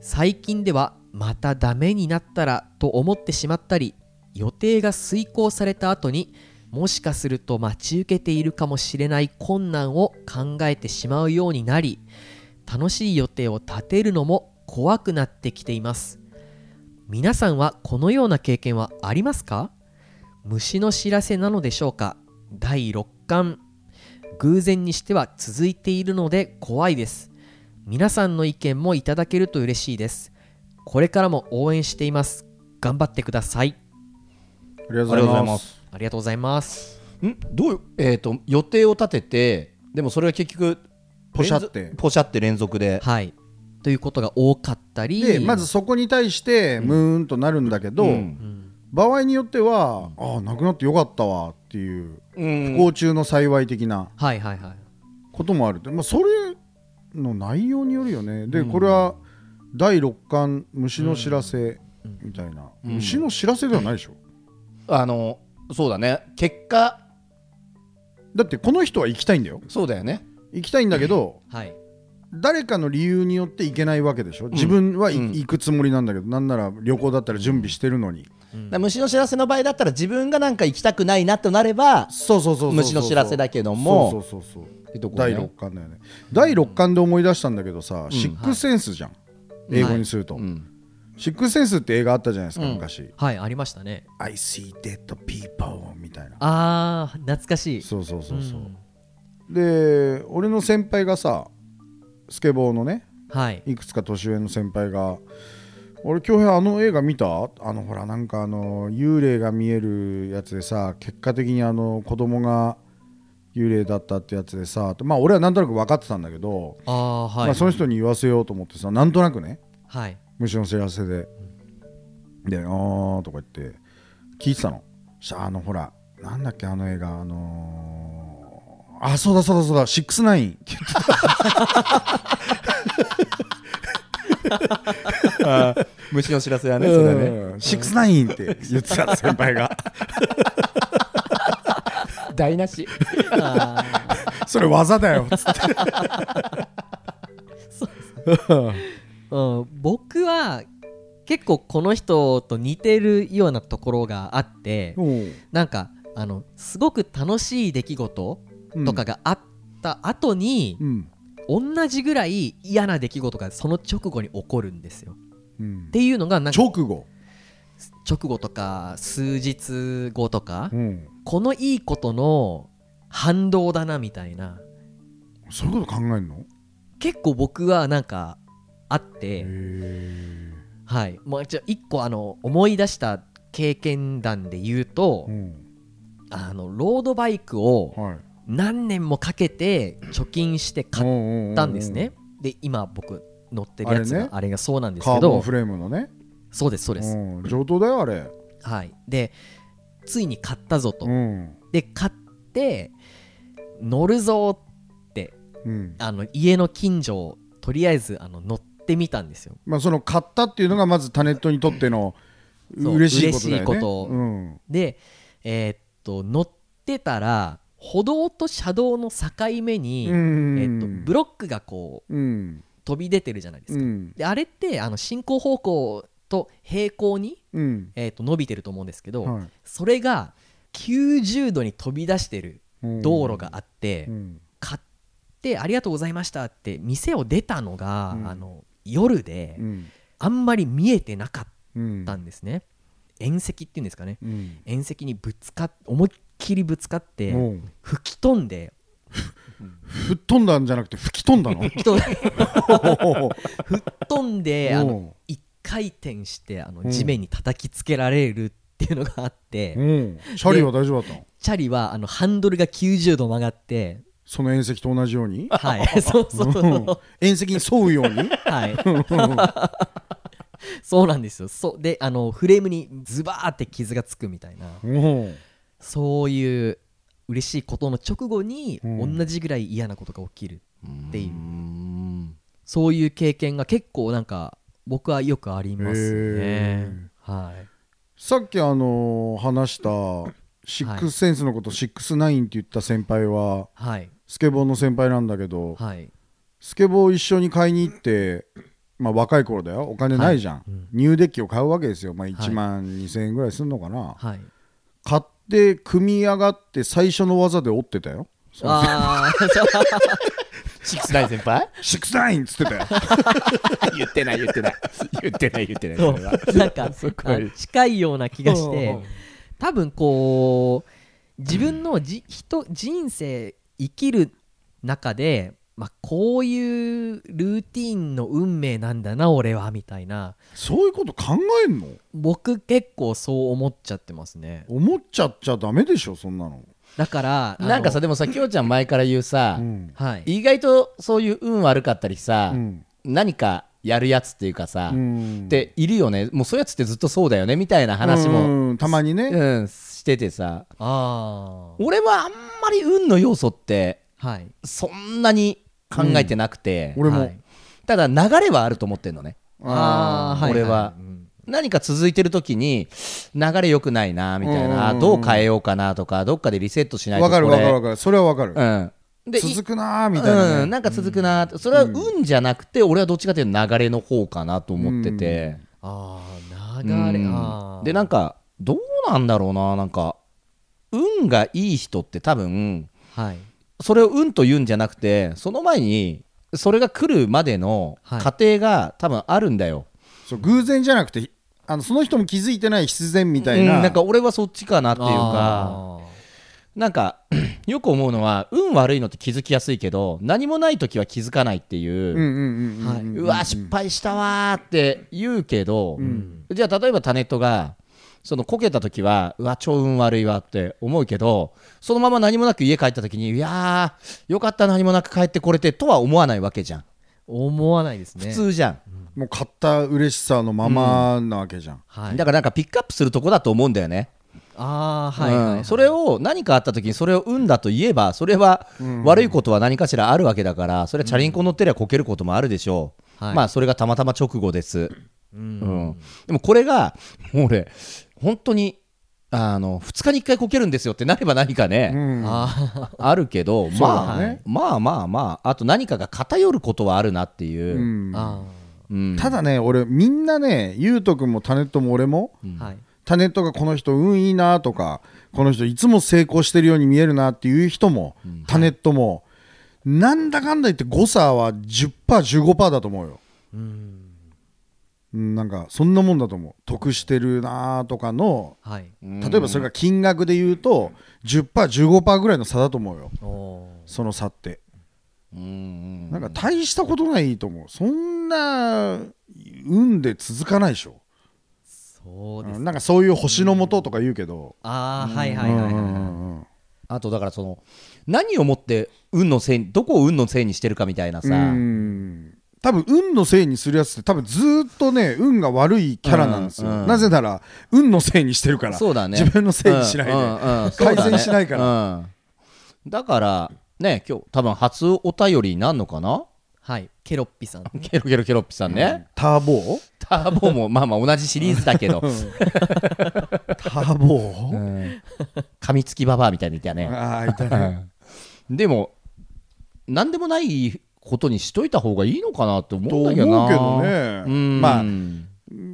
B: 最近ではまたダメになったらと思ってしまったり予定が遂行された後にもしかすると待ち受けているかもしれない困難を考えてしまうようになり楽しい予定を立てるのも怖くなってきています皆さんはこのような経験はありますか虫の知らせなのでしょうか第6巻偶然にしては続いているので怖いです皆さんの意見もいただけると嬉しいですこれからも応援しています頑張ってください
D: ありがとうございます
C: す
B: ありがとうございます
F: んどういうえっ、と予定を立ててでもそれは結局
D: ポシャって
F: 連続ポシャって連続で
B: はいということが多かったり
D: でまずそこに対してムーンとなるんだけど、場合によってはああなくなってよかったわっていう
F: うん
D: 不幸中の幸い的な
B: はいはいはい
D: こともあるで、まあ、それの内容によるよねで、これは第六巻虫の知らせみたいな、虫の知らせではないでしょ、
F: あのそうだね結果
D: だってこの人は行きたいんだよ
F: そうだよね
D: 行きたいんだけど、
B: はい
D: 誰かの理由によって行けないわけでしょ自分はい
F: うん
D: 行くつもりなんだけど、なんなら旅行だったら準備してるのに、
F: だから虫の知らせの場合だったら自分がなんか行きたくないなとなれば
D: そうそうそうそうそう
F: 虫の知らせだけども
D: そうそうそうそう
F: ってとこね
D: 第6巻だよね第6巻で思い出したんだけどさ、シックスセンスじゃん、英語にすると、シックスセンスって映画あったじゃないですか、昔
B: はいありましたね
D: I see dead people みたいな
B: あー懐かしい
D: そうそうそうそう、で俺の先輩がさスケボーのね
B: はい
D: いくつか年上の先輩が「俺恭平あの映画見たあのほらなんかあの幽霊が見えるやつでさ結果的にあの子供が幽霊だったってやつでさ」ってまあ俺はなんとなく分かってたんだけど、
B: ああはい、
D: まあ、その人に言わせようと思ってさなんとなくね
B: はい
D: 虫の知らせで「であー」とか言って聞いてたのそしたらあのほらなんだっけあの映画あのー、あそうだそうだそうだシックスナイ ンって言ってた
F: 虫の知らせだ
D: ねそれねシックスナインって言って た先 輩が
F: 台無し
D: それ技だ よっつって
B: うん、僕は結構この人と似てるようなところがあってなんかあのすごく楽しい出来事とかがあった後に、
D: うん
B: 同じぐらい嫌な出来事がその直後に起こるんですよ。
D: うん
B: っていうのがなんか
D: 直後、
B: 直後とか数日後とか、
D: うん、
B: このいいことの反動だなみたいな
D: そういうこと考えるの
B: 結構僕はなんかあっ
D: へ
B: て、
D: え
B: はいまあ、じゃあ1個あの思い出した経験談で言うと、
D: うん
B: あのロードバイクを
D: はい
B: 何年もかけて貯金して買っ
D: 買
B: たんですね。で今僕乗ってるやつがあ
D: あ
B: れ,、
D: れね
B: がそうなんです
D: カ
B: け
D: ーボン
B: ど
D: フレームのね
B: そうですそうです、
D: うん上等だよあれ
B: はいでついに買ったぞと、
D: うん
B: で買って乗るぞって
D: うん
B: あの家の近所をとりあえずあの乗ってみたんですよ
D: まあその買ったっていうのがまずタネットにとっての
B: そう
D: 嬉しいことだ
B: 嬉し
D: よね
B: いこと
D: うん
B: でえーっと乗ってたら歩道と車道の境目に、
D: うん
B: えーっとブロックがこう
D: うん
B: 飛び出てるじゃないです
D: う
B: か、
D: ん
B: であれってあの進行方向と平行に、
D: うん
B: えーっと伸びてると思うんですけど、
D: はい
B: それが90度に飛び出してる
D: うん
B: 道路があって、
D: うん
B: 買ってありがとうございましたって店を出たのが、
D: うん
B: あの夜で、
D: うん
B: あんまり見えてなかっ
D: うん
B: たんですね、縁石っていうんですかね
D: うん
B: 縁石にぶつかっ思いっきりぶつかって
D: うん
B: 吹き飛んで
D: 吹っ飛んだんじゃなくて吹き飛んだの
B: 吹き飛んで吹っ飛ん であ
D: う
B: の
D: ん
B: 一回転してあの
D: うん
B: 地面に叩きつけられるっていうのがあって、
D: うんシャリは大丈夫だったの
B: チャリはあのハンドルが90度曲がって
D: その縁石と同じように
B: はい そうそう
D: うん縁石に沿うように
B: はいそうなんですよそうであのフレームにズバーって傷がつくみたいな
D: うん
B: そういう嬉しいことの直後に
D: うん
B: 同じぐらい嫌なことが起きるっていう、
C: うん
B: そういう経験が結構なんか僕はよくありますね
D: へー。
B: はい、
D: さっきあのー話したシックスセンスのことシックスナインって言った先輩は
B: はい、
D: スケボーの先輩なんだけど
B: はい、
D: スケボーを一緒に買いに行ってまあ若い頃だよお金ないじゃん、ニューデッキを買うわけですよ、まあ、1万2000円ぐらいするのかな、
B: はい。
D: 買って組み上がって最初の技で折ってたよ
B: ああ、
C: シックスナイン先輩
D: シックスナインっつってたよ
C: 言ってない言ってない言ってない言ってない
B: そ
C: そうれは
B: なんか
C: そこ
B: あ近いような気がし
C: う
B: て
C: んうん、
B: 多分こう自分のじ人人生生きる中で。まあ、こういうルーティンの運命なんだな俺はみたいな
D: そういうこと考えんの
B: 僕結構そう思っちゃってますね
D: 思っちゃっちゃダメでしょそんなの、
B: だからあの
C: なんかさでもさきよちゃん前から言うさ、
D: うん
B: はい、
C: 意外とそういう運悪かったりさ、
D: うん
C: 何かやるやつっていうかさ、
D: うん
C: っているよねもうそういうやつってずっとそうだよねみたいな話も、
D: うんたまにね、
C: うん、しててさ
B: あ
C: 俺はあんまり運の要素って
B: あはい
C: そんなに考えてなくて、
D: 俺も、
B: はい
C: ただ流れはあると思ってんのね
B: あー
C: 俺は
B: うん
C: 何か続いてる時に流れ良くないなみたいな、
D: うんうんうん
C: どう変えようかなとかどっかでリセットしないと
D: わかる
C: こ
D: わ
C: れ
D: かるわかるそれはわかる、
C: うん、で
D: 続
C: く
D: くなーみたいな、ね
C: うん、なんか続くなーそれは運じゃなくて俺はどっちかというと流れの方かなと思ってて、
B: ああ
C: う
B: 流
C: ん
B: れ、あー
C: でなんかどうなんだろうななんか運がいい人って多分
B: はい
C: それを運と言うんじゃなくてその前にそれが来るまでの
B: はい
C: 過程が多分あるんだよ、
D: そう偶然じゃなくてあのその人も気づいてない必然みたい
C: うん
D: な,、
C: なんか俺はそっちかなっていうか
B: あ
C: なんか よく思うのは運悪いのって気づきやすいけど何もない時は気づかないっていう、
D: うんうんうんうん、
B: はいう
C: わ失敗したわーって言うけど、じゃあ例えばタネットがそのこけた時はうわ超運悪いわって思うけどそのまま何もなく家帰った時にいやーよかった何もなく帰ってこれてとは思わないわけじゃん
B: ー思わないですね
C: 普通じゃん、
D: もう買った嬉しさのままなわけじゃん、
B: はい
C: だからなんかピックアップするとこだと思うんだよね、
B: ああはいはい、は
C: うん
B: い、
C: それを何かあった時にそれを運だと言えばそれは悪いことは何かしらあるわけだからそれはチャリンコ乗ってりゃこけることもあるでしょう、
B: はい
C: まあそれがたまたま直後です、うんでもこれがもう俺本当にあの2日に1回こけるんですよってなれば何かね、
D: うん
B: あ
C: あるけど、
D: そう
C: ま
D: だ
C: あ、
D: ね
C: まあまあまああと何かが偏ることはあるなっていう、
D: うん
B: ーあ
C: うん
D: ただね俺みんなねゆうとくんもタネットも俺も、
B: ーはい
D: タネットがこの人運いいなとかこの人いつも成功してるように見えるなっていう人も、タネットもなんだかんだ言って誤差は 10%15% だと思うようんなんかそんなもんだと思う得してるなーとかの
B: はい
D: 例えばそれが金額で言うと 10%15% ぐらいの差だと思うよ
B: おー
D: その差って
C: うん
D: なんか大したことないと思うそんな運で続かないでしょ
B: そうです
D: なんかそういう星の下とか言うけど
B: ああはいはいはいはいはい、
C: あとだからその何をもって運のせいどこを運のせいにしてるかみたいなさ、
D: うん多分運のせいにするやつって多分ずーっとね運が悪いキャラなんですよ、
C: うんうん
D: なぜなら運のせいにしてるから
C: そうだね
D: 自分のせいにしないで、
C: うんうんうん
D: 改善しない
C: そ
D: か、
C: う
D: ら、
C: だねうんだからね今日多分初お便りになんのかな
B: はい、ケロッピさん
C: ケロケロケロッピさんね、
D: ターボ
C: ターボもまあまあ同じシリーズだけど、
D: タ ーボ、
C: うん噛みつきババアみたいにいたね、
D: ああいたね
C: でも何でもないことにしといた方がいいのかなって思
D: と
C: うんだ
D: 思う
C: け
D: け
C: どな
D: どね
C: うん
D: まあ
C: うん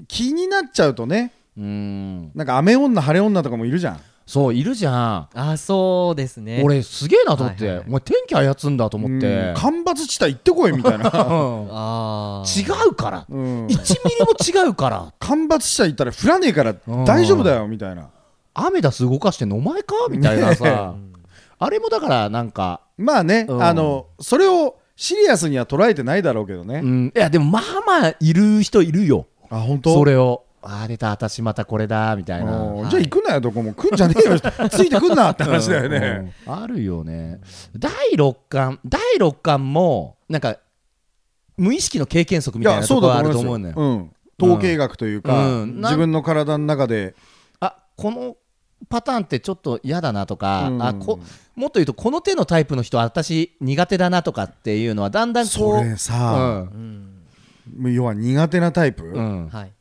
D: 気になっちゃうとね
C: うん
D: なんか雨女晴れ女とかもいるじゃん
C: そういるじゃん
B: あーそうですね
C: 俺すげえなと思って、
B: はいはいはい
C: お前天気操んだと思っ
D: う
C: て
D: ん、干ばつ地帯行ってこいみた い
C: う
D: な、
C: ん
B: ああ
C: 違うから、
D: うん
C: 1ミリも違うから
D: 干ばつ地帯行ったら降らねえから大丈夫だよみたいな
C: アメダス動かしてんのお前かみたいなさ、 あれもだからなんか、
D: まあね、
C: うん
D: あのそれをシリアスには捉えてないだろうけどね、
C: うん、いやでもまあまあいる人いるよ
D: あ本当
C: それをああ出た私またこれだみたいな、
D: おーじゃあ行くなよどこも来んじゃねえよついてくんなって話だよね、
C: うんあるよね第6巻第6巻もなんか無意識の経験則み
D: い
C: たい
D: や
C: な
D: そ
C: と
D: う
C: こ
D: だ
C: がある
D: と
C: と
D: 思
C: 思うの
D: いま
C: よ
D: すよ、うん、統計学というか、
C: うん
D: 自分の体の中で
C: あこのパターンってちょっと嫌だなとか、
D: うん
C: あこもっと言うとこの手のタイプの人は私苦手だなとかっていうのはだんだんこう
D: それさ、要は苦手なタイプ、
C: うんうん
B: はい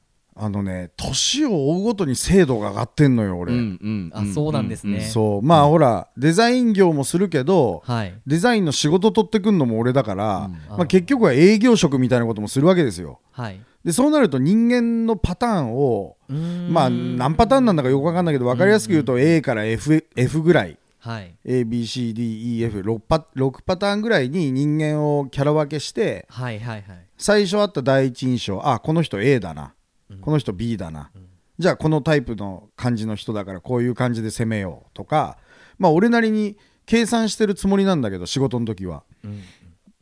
D: あのね年を追うごとに精度が上がってんのよ俺、
C: うんうん
B: あそうなんですね、
D: そうまあ、ほらデザイン業もするけど、
B: はい
D: デザインの仕事取ってくんのも俺だから、まあ、結局は営業職みたいなこともするわけですよ
B: はい
D: でそうなると人間のパターンを
B: うーん
D: まあ何パターンなんだかよくわかんないけど分かりやすく言うと A から F, F ぐらい
B: はい
D: ABCDEF6 パ6パターンぐらいに人間をキャラ分けして
B: はいはいはい
D: 最初あった第一印象あこの人 A だなこの人 B だな、じゃあこのタイプの感じの人だからこういう感じで攻めようとかまあ俺なりに計算してるつもりなんだけど仕事の時は、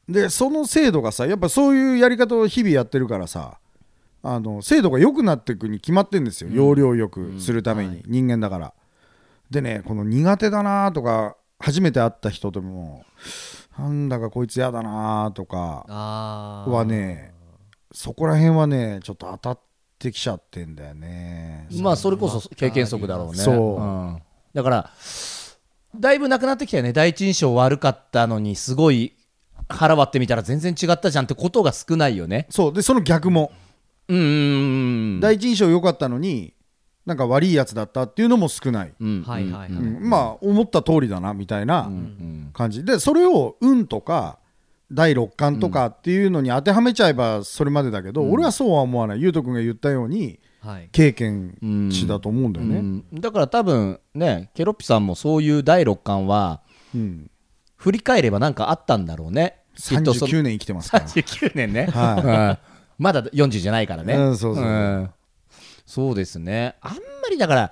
D: でその精度がさやっぱそういうやり方を日々やってるからさあの精度が良くなっていくに決まってんですよ、要領よくするために、人間だからでねこの苦手だなとか初めて会った人ともなんだかこいつ嫌だなとか
B: ああ
D: はねそこら辺はねちょっと当たってきちゃってんだよね
C: まあそれこそ経験則だろうね
D: そうん
C: だからだいぶなくなってきたよね第一印象悪かったのにすごい腹割ってみたら全然違ったじゃんってことが少ないよね
D: そうでその逆も、
C: うんうんうん
D: 第一印象良かったのになんか悪いやつだったっていうのも少ない、
C: うん
B: はいはいはい、
D: うんまあ思った通りだなみたいな感じでそれを運とか第六感とかっていうのに当てはめちゃえばそれまでだけど、俺はそうは思わないゆうとくんが言ったように
B: はい
D: 経験値だと思うんだよね、
C: うんだから多分ねケロッピさんもそういう第六感は
D: うん
C: 振り返ればなんかあったんだろうねきっとそ
D: 39年生きてますから
C: 39年ね、
D: は
C: うんまだ40じゃないからね、
D: うんそうそうん
C: そうですねあんまりだから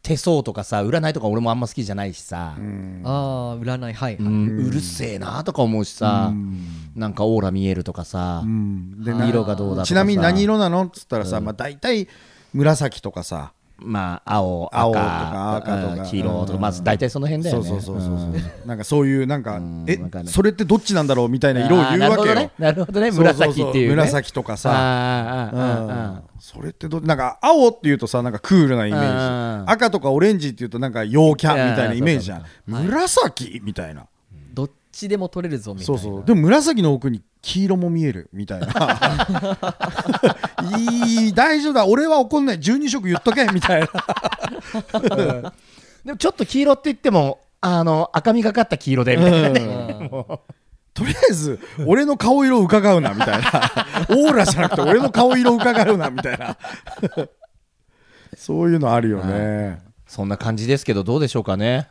C: 手相とかさ占いとか俺もあんま好きじゃないしさ、うん
B: ああ占いはい、
C: う
B: はい
C: るせえなとか思うしさ、なんかオーラ見えるとかさ、
D: うんで
C: 色がどうだとかさ
D: ちなみに何色なのっつったらさ、まあ、大体紫とかさ
C: まあ青赤
D: 青とか赤とか
C: うん黄色とかまず大体その辺だよ
D: そう
C: ね
D: そうそう
C: う
D: そ
C: ん
D: うそう、なんかそういうなんかえ
C: わかる
D: それってどっちなんだろうみたいな色を
C: あー
D: 言う
C: なる
D: わ
C: ほ
D: け
C: ど
D: よ、
C: ねなるほどね
D: そうそうそう
C: 紫っていう、ね、
D: 紫とかさ
C: あーあーあーあー
D: うんそれってどなんか青っていうとさなんかクールなイメー
C: うん
D: ジ赤とかオレンジっていうとなんか陽キャみたいなイメージじゃ
C: い
D: ん紫みたいな
B: どっちでも取れるぞみたい
D: そ
B: な
D: うそうでも紫の奥に黄色も見える みたいないい大丈夫だ俺は怒んない12色言っとけみたいな
C: でもちょっと黄色って言ってもあの赤みがかった黄色でみたいな ね、
D: とりあえず俺の顔色を伺うなみたいなオーラじゃなくて俺の顔色を伺うなみたいなそういうのあるよね、
C: そんな感じですけどどうでしょうかね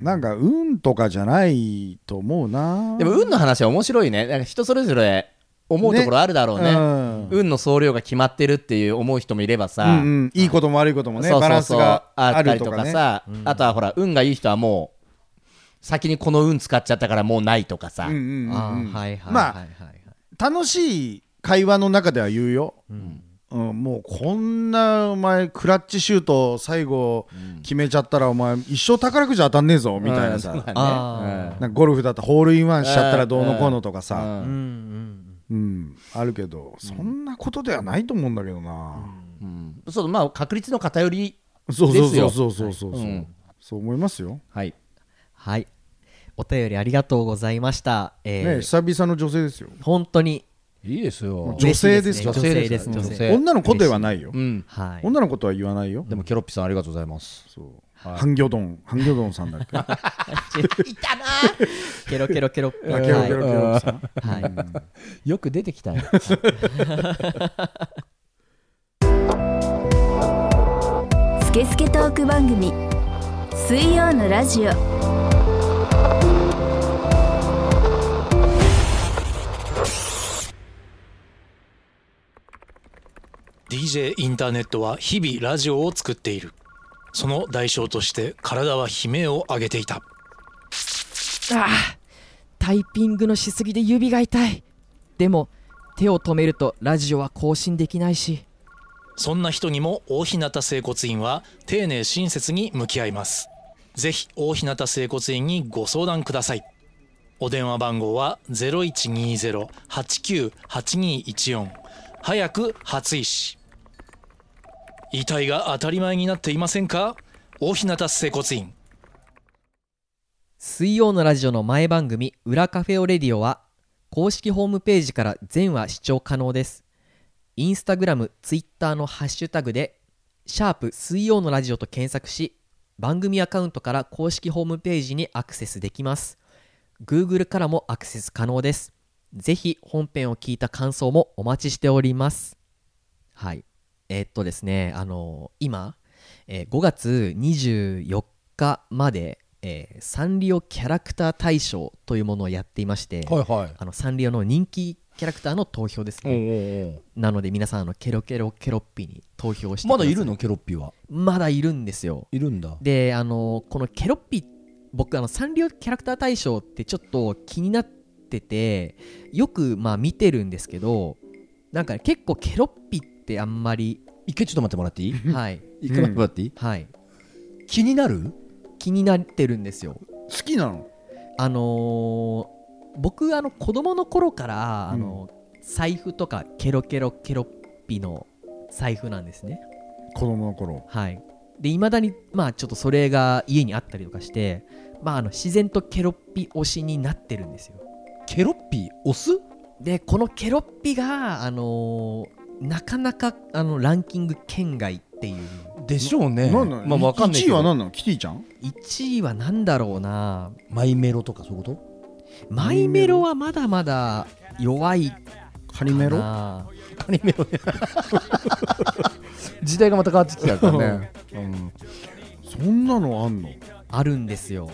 D: なんか運とかじゃないと思うな
F: でも運の話は面白いねなんか人それぞれ思うところあるだろうね
D: ねうん
F: 運の総量が決まってるっていう思う人もいればさ、
D: うんうん、いいことも悪いこともね
F: そう
D: バ
F: そ
D: ラ
F: う
D: ンス
F: そう
D: が
F: あ
D: あ
F: ったり
D: る
F: と
D: と
F: か
D: かね
F: さ、あとはほら運がいい人はもう先にこの運使っちゃったからもうないとかさ、
D: うんうんうん
B: あ
D: うん
B: ーはいはい
D: ま
B: はいは
D: あ
B: いはい
D: 楽しい会話の中では言うよ、うんもうこんなお前クラッチシュート最後決めちゃったらお前一生宝くじ当たんねえぞみたいなさ、
F: うんそうだね
B: あ
D: なんかゴルフだったらホールインワンしちゃったらどうのこうのとか
F: うん
B: う
D: さ、
B: んうん
D: うんあるけどそんなことではないと思うんだけどな、
F: うんそうまあ確率の偏り
D: そうそう
F: ですよ
D: そうそうそうそ
F: は
D: う、
F: いうん
D: そう思いますよ、
F: はい
B: はいお便りありがとうございました、えー
D: ね、久々の女性ですよ
B: 本当に
F: いいですよ
D: 女性です
B: 嬉しいですね
F: 女性で
B: 女性ですす
F: ね
D: 女の子ではないよ、
F: うん
B: はい
D: 女の子とは言わないよ、
F: でもケロッピさんありがとうございます
D: そう、ハンギョドン、ハンギョドンさんだっ け。あ
B: ケロケロ ケロッピ
D: ケロケロケロさん。
B: はい、はい
F: よく出てきたよ
A: スケスケトーク番組水曜のラジオ
E: 「DJ インターネットは日々ラジオを作っている」その代償として体は悲鳴を上げていた
G: ああタイピングのしすぎで指が痛いでも手を止めるとラジオは更新できないし
E: そんな人にも大日向整骨院は丁寧親切に向き合います。ぜひ大日向整骨院にご相談ください。お電話番号は0120-89-8214早く初医師。遺体が当たり前になっていませんか大日向整骨院。
B: 水曜のラジオの前番組「裏カフェオレディオ」は公式ホームページから全話視聴可能ですインスタグラムツイッターのハッシュタグで「シャープ水曜のラジオ」と検索し番組アカウントから公式ホームページにアクセスできます Google からもアクセス可能ですぜひ本編を聞いた感想もお待ちしておりますはいえーっとですねあの今、えー5月24日まで、えーサンリオキャラクター大賞というものをやっていまして、
F: はいはい
B: あのサンリオの人気キャラクターの投票ですね、なので皆さんあのケロケロケロッピに投票してくだ
F: ま
B: さ
F: だいるのケロッピは
B: まだいるんですよ
F: いるんだ
B: であのこのケロッピ僕あのサンリオキャラクター大賞ってちょっと気になっててよくまあ見てるんですけどなんかね、結構ケロッピってあんまり
F: 一回ちょっと待ってもらっていい
B: はい
F: 一回待ってもらっていい、
B: はい
F: 気になる
B: 気になってるんですよ
D: 好きなの。
B: あのー僕あの子供の頃からあの、財布とかケロケロケロッピの財布なんですね
D: 子供の頃。
B: はいでいまだにまあちょっとそれが家にあったりとかしてまああの自然とケロッピ推しになってるんですよ
F: ケロッピオス
B: でこのケロッピがあのーなかなかあのランキング圏外っていう
F: でしょうね
D: なんな
F: ま
D: の。
F: あわかんない
D: 一
F: け
D: 位
F: ど
D: は何なの？キティちゃん？
B: 1位は何だろうな
F: マイメロとかそういうこと
B: マイメロはまだまだ弱い
D: カリメロ？
B: な
F: カニメロ 時代がまた変わってきたからね、うん、
D: そんなのあんの？
B: あるんですよ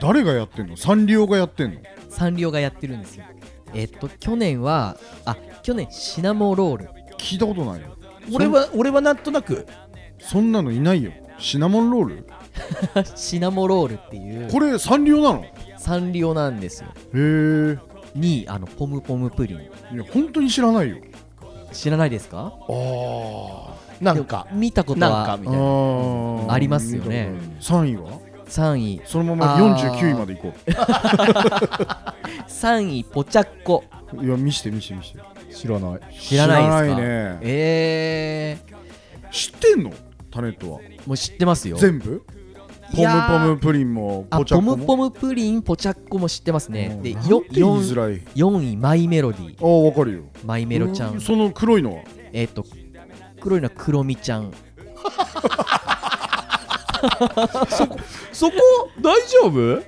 D: 誰がやってんの？サンリオがやってんの？
B: サンリオがやってるんですよえっと去年はあ去年シナモロール
D: 聞いたことないよ。
F: 俺は俺はなんとなく
D: そんなのいないよ。シナモンロール？
B: シナモロールっていう
D: これサンリオなの？
B: サンリオなんですよ
D: へ
B: 2位あのポムポムプリン
D: え。いや本当に知らないよ。
B: 知らないですか
F: なんか
B: 見たこと
F: なんか
B: は
F: みたいな
D: あ
B: ありますよね
D: 三位は？
B: 3位
D: そのまま四十九位まで行こ
B: 3位ポチャッコ
D: う。いや見して見して見して。
F: 知らない
B: 知らないですか
D: 知らないね。
B: え
D: 知ってんの？タネットは
B: ー、もう知ってますよ
D: 全部？
B: い
D: ポム
B: やー
D: ポムプリンも
B: あ
D: ポチャ
B: ポ
D: ッコ
B: ムポ
D: も。
B: ムプリンポチャッコも知ってますねで
D: で、
B: よ
D: よ、言いづ
B: 4
D: らい。
B: 位マイメロディ
D: ああ、わかるよ。
B: マイメロちゃ
D: うんその黒いのは
B: えっ、と黒いのはクロミちゃん
F: そこ大丈夫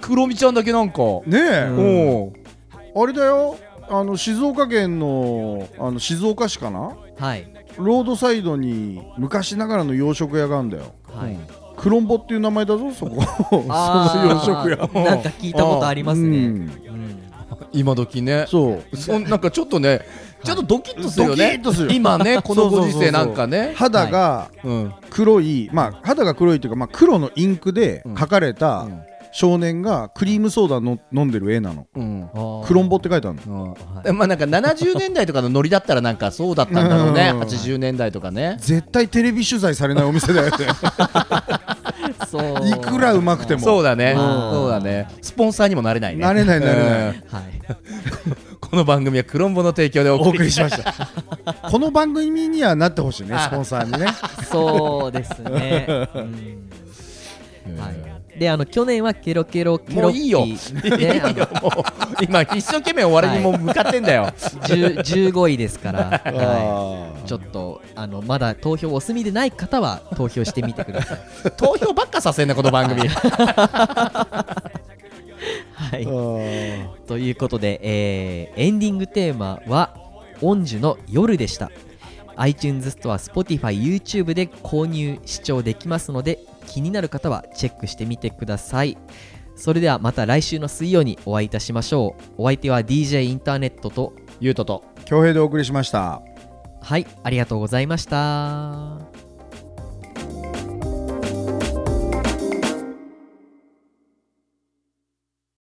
F: クロミちゃんだけなんか、
D: ねえ、
B: うん
F: おう
D: あれだよあの静岡県のあの静岡市かな
B: はい
D: ロードサイドに昔ながらの洋食屋があるんだよ
B: はい、
D: 黒クロンボっていう名前だぞそこ その
B: あー
D: 洋食屋
B: なんか聞いたことあります
D: う
B: ね。
D: ん
C: 今時ね
D: そう
C: そんなんかちょっとねちょっとドキッとするよ
D: ドキ
C: ね
D: ッとする
C: 今ねこのご時世なんかね
D: 肌が
C: うん
D: 黒い、まあ肌が黒いというか、まあ、黒のインクで描かれた
C: ん
D: 少年がクリームソーダの飲んでる絵なの
C: うん
D: クロンボって書いてあるの
C: うんまあなんか70年代とかのノリだったらなんかそうだったんだろうね
D: うん
C: 80年代とかね
D: 絶対テレビ取材されないお店だよね
B: そう。
D: いくらうまくても
C: そうだね
B: うん
C: そうだねスポンサーにもなれないね
D: なれないなれない
C: うん
B: はい。
C: この番組はクロンボの提供でお
D: お
C: 送
D: 送
C: り
D: り
C: し
D: しましたこの番組にはなってほしいねスポンサーにね
B: そうですね。うんはい。で、あの去年はケロケロケロ
C: もういいよ
B: ッキーね、あの
C: もう今一生懸命お笑いにもう向かってんだよ
B: 10 15位です から。はい。
D: あ
B: ちょっとあのまだ投票お済みでない方は投票してみてください。
C: 投票ばっかさせんなこの番組
B: はい。
D: ー
B: ということで、えーエンディングテーマは「オンジュの夜」でした iTunes ストア Spotify、YouTube で購入視聴できますので気になる方はチェックしてみてくださいそれではまた来週の水曜にお会いいたしましょうお相手は DJ インターネットと
C: ゆうとと
D: 恭平でお送りしました
B: はいありがとうございました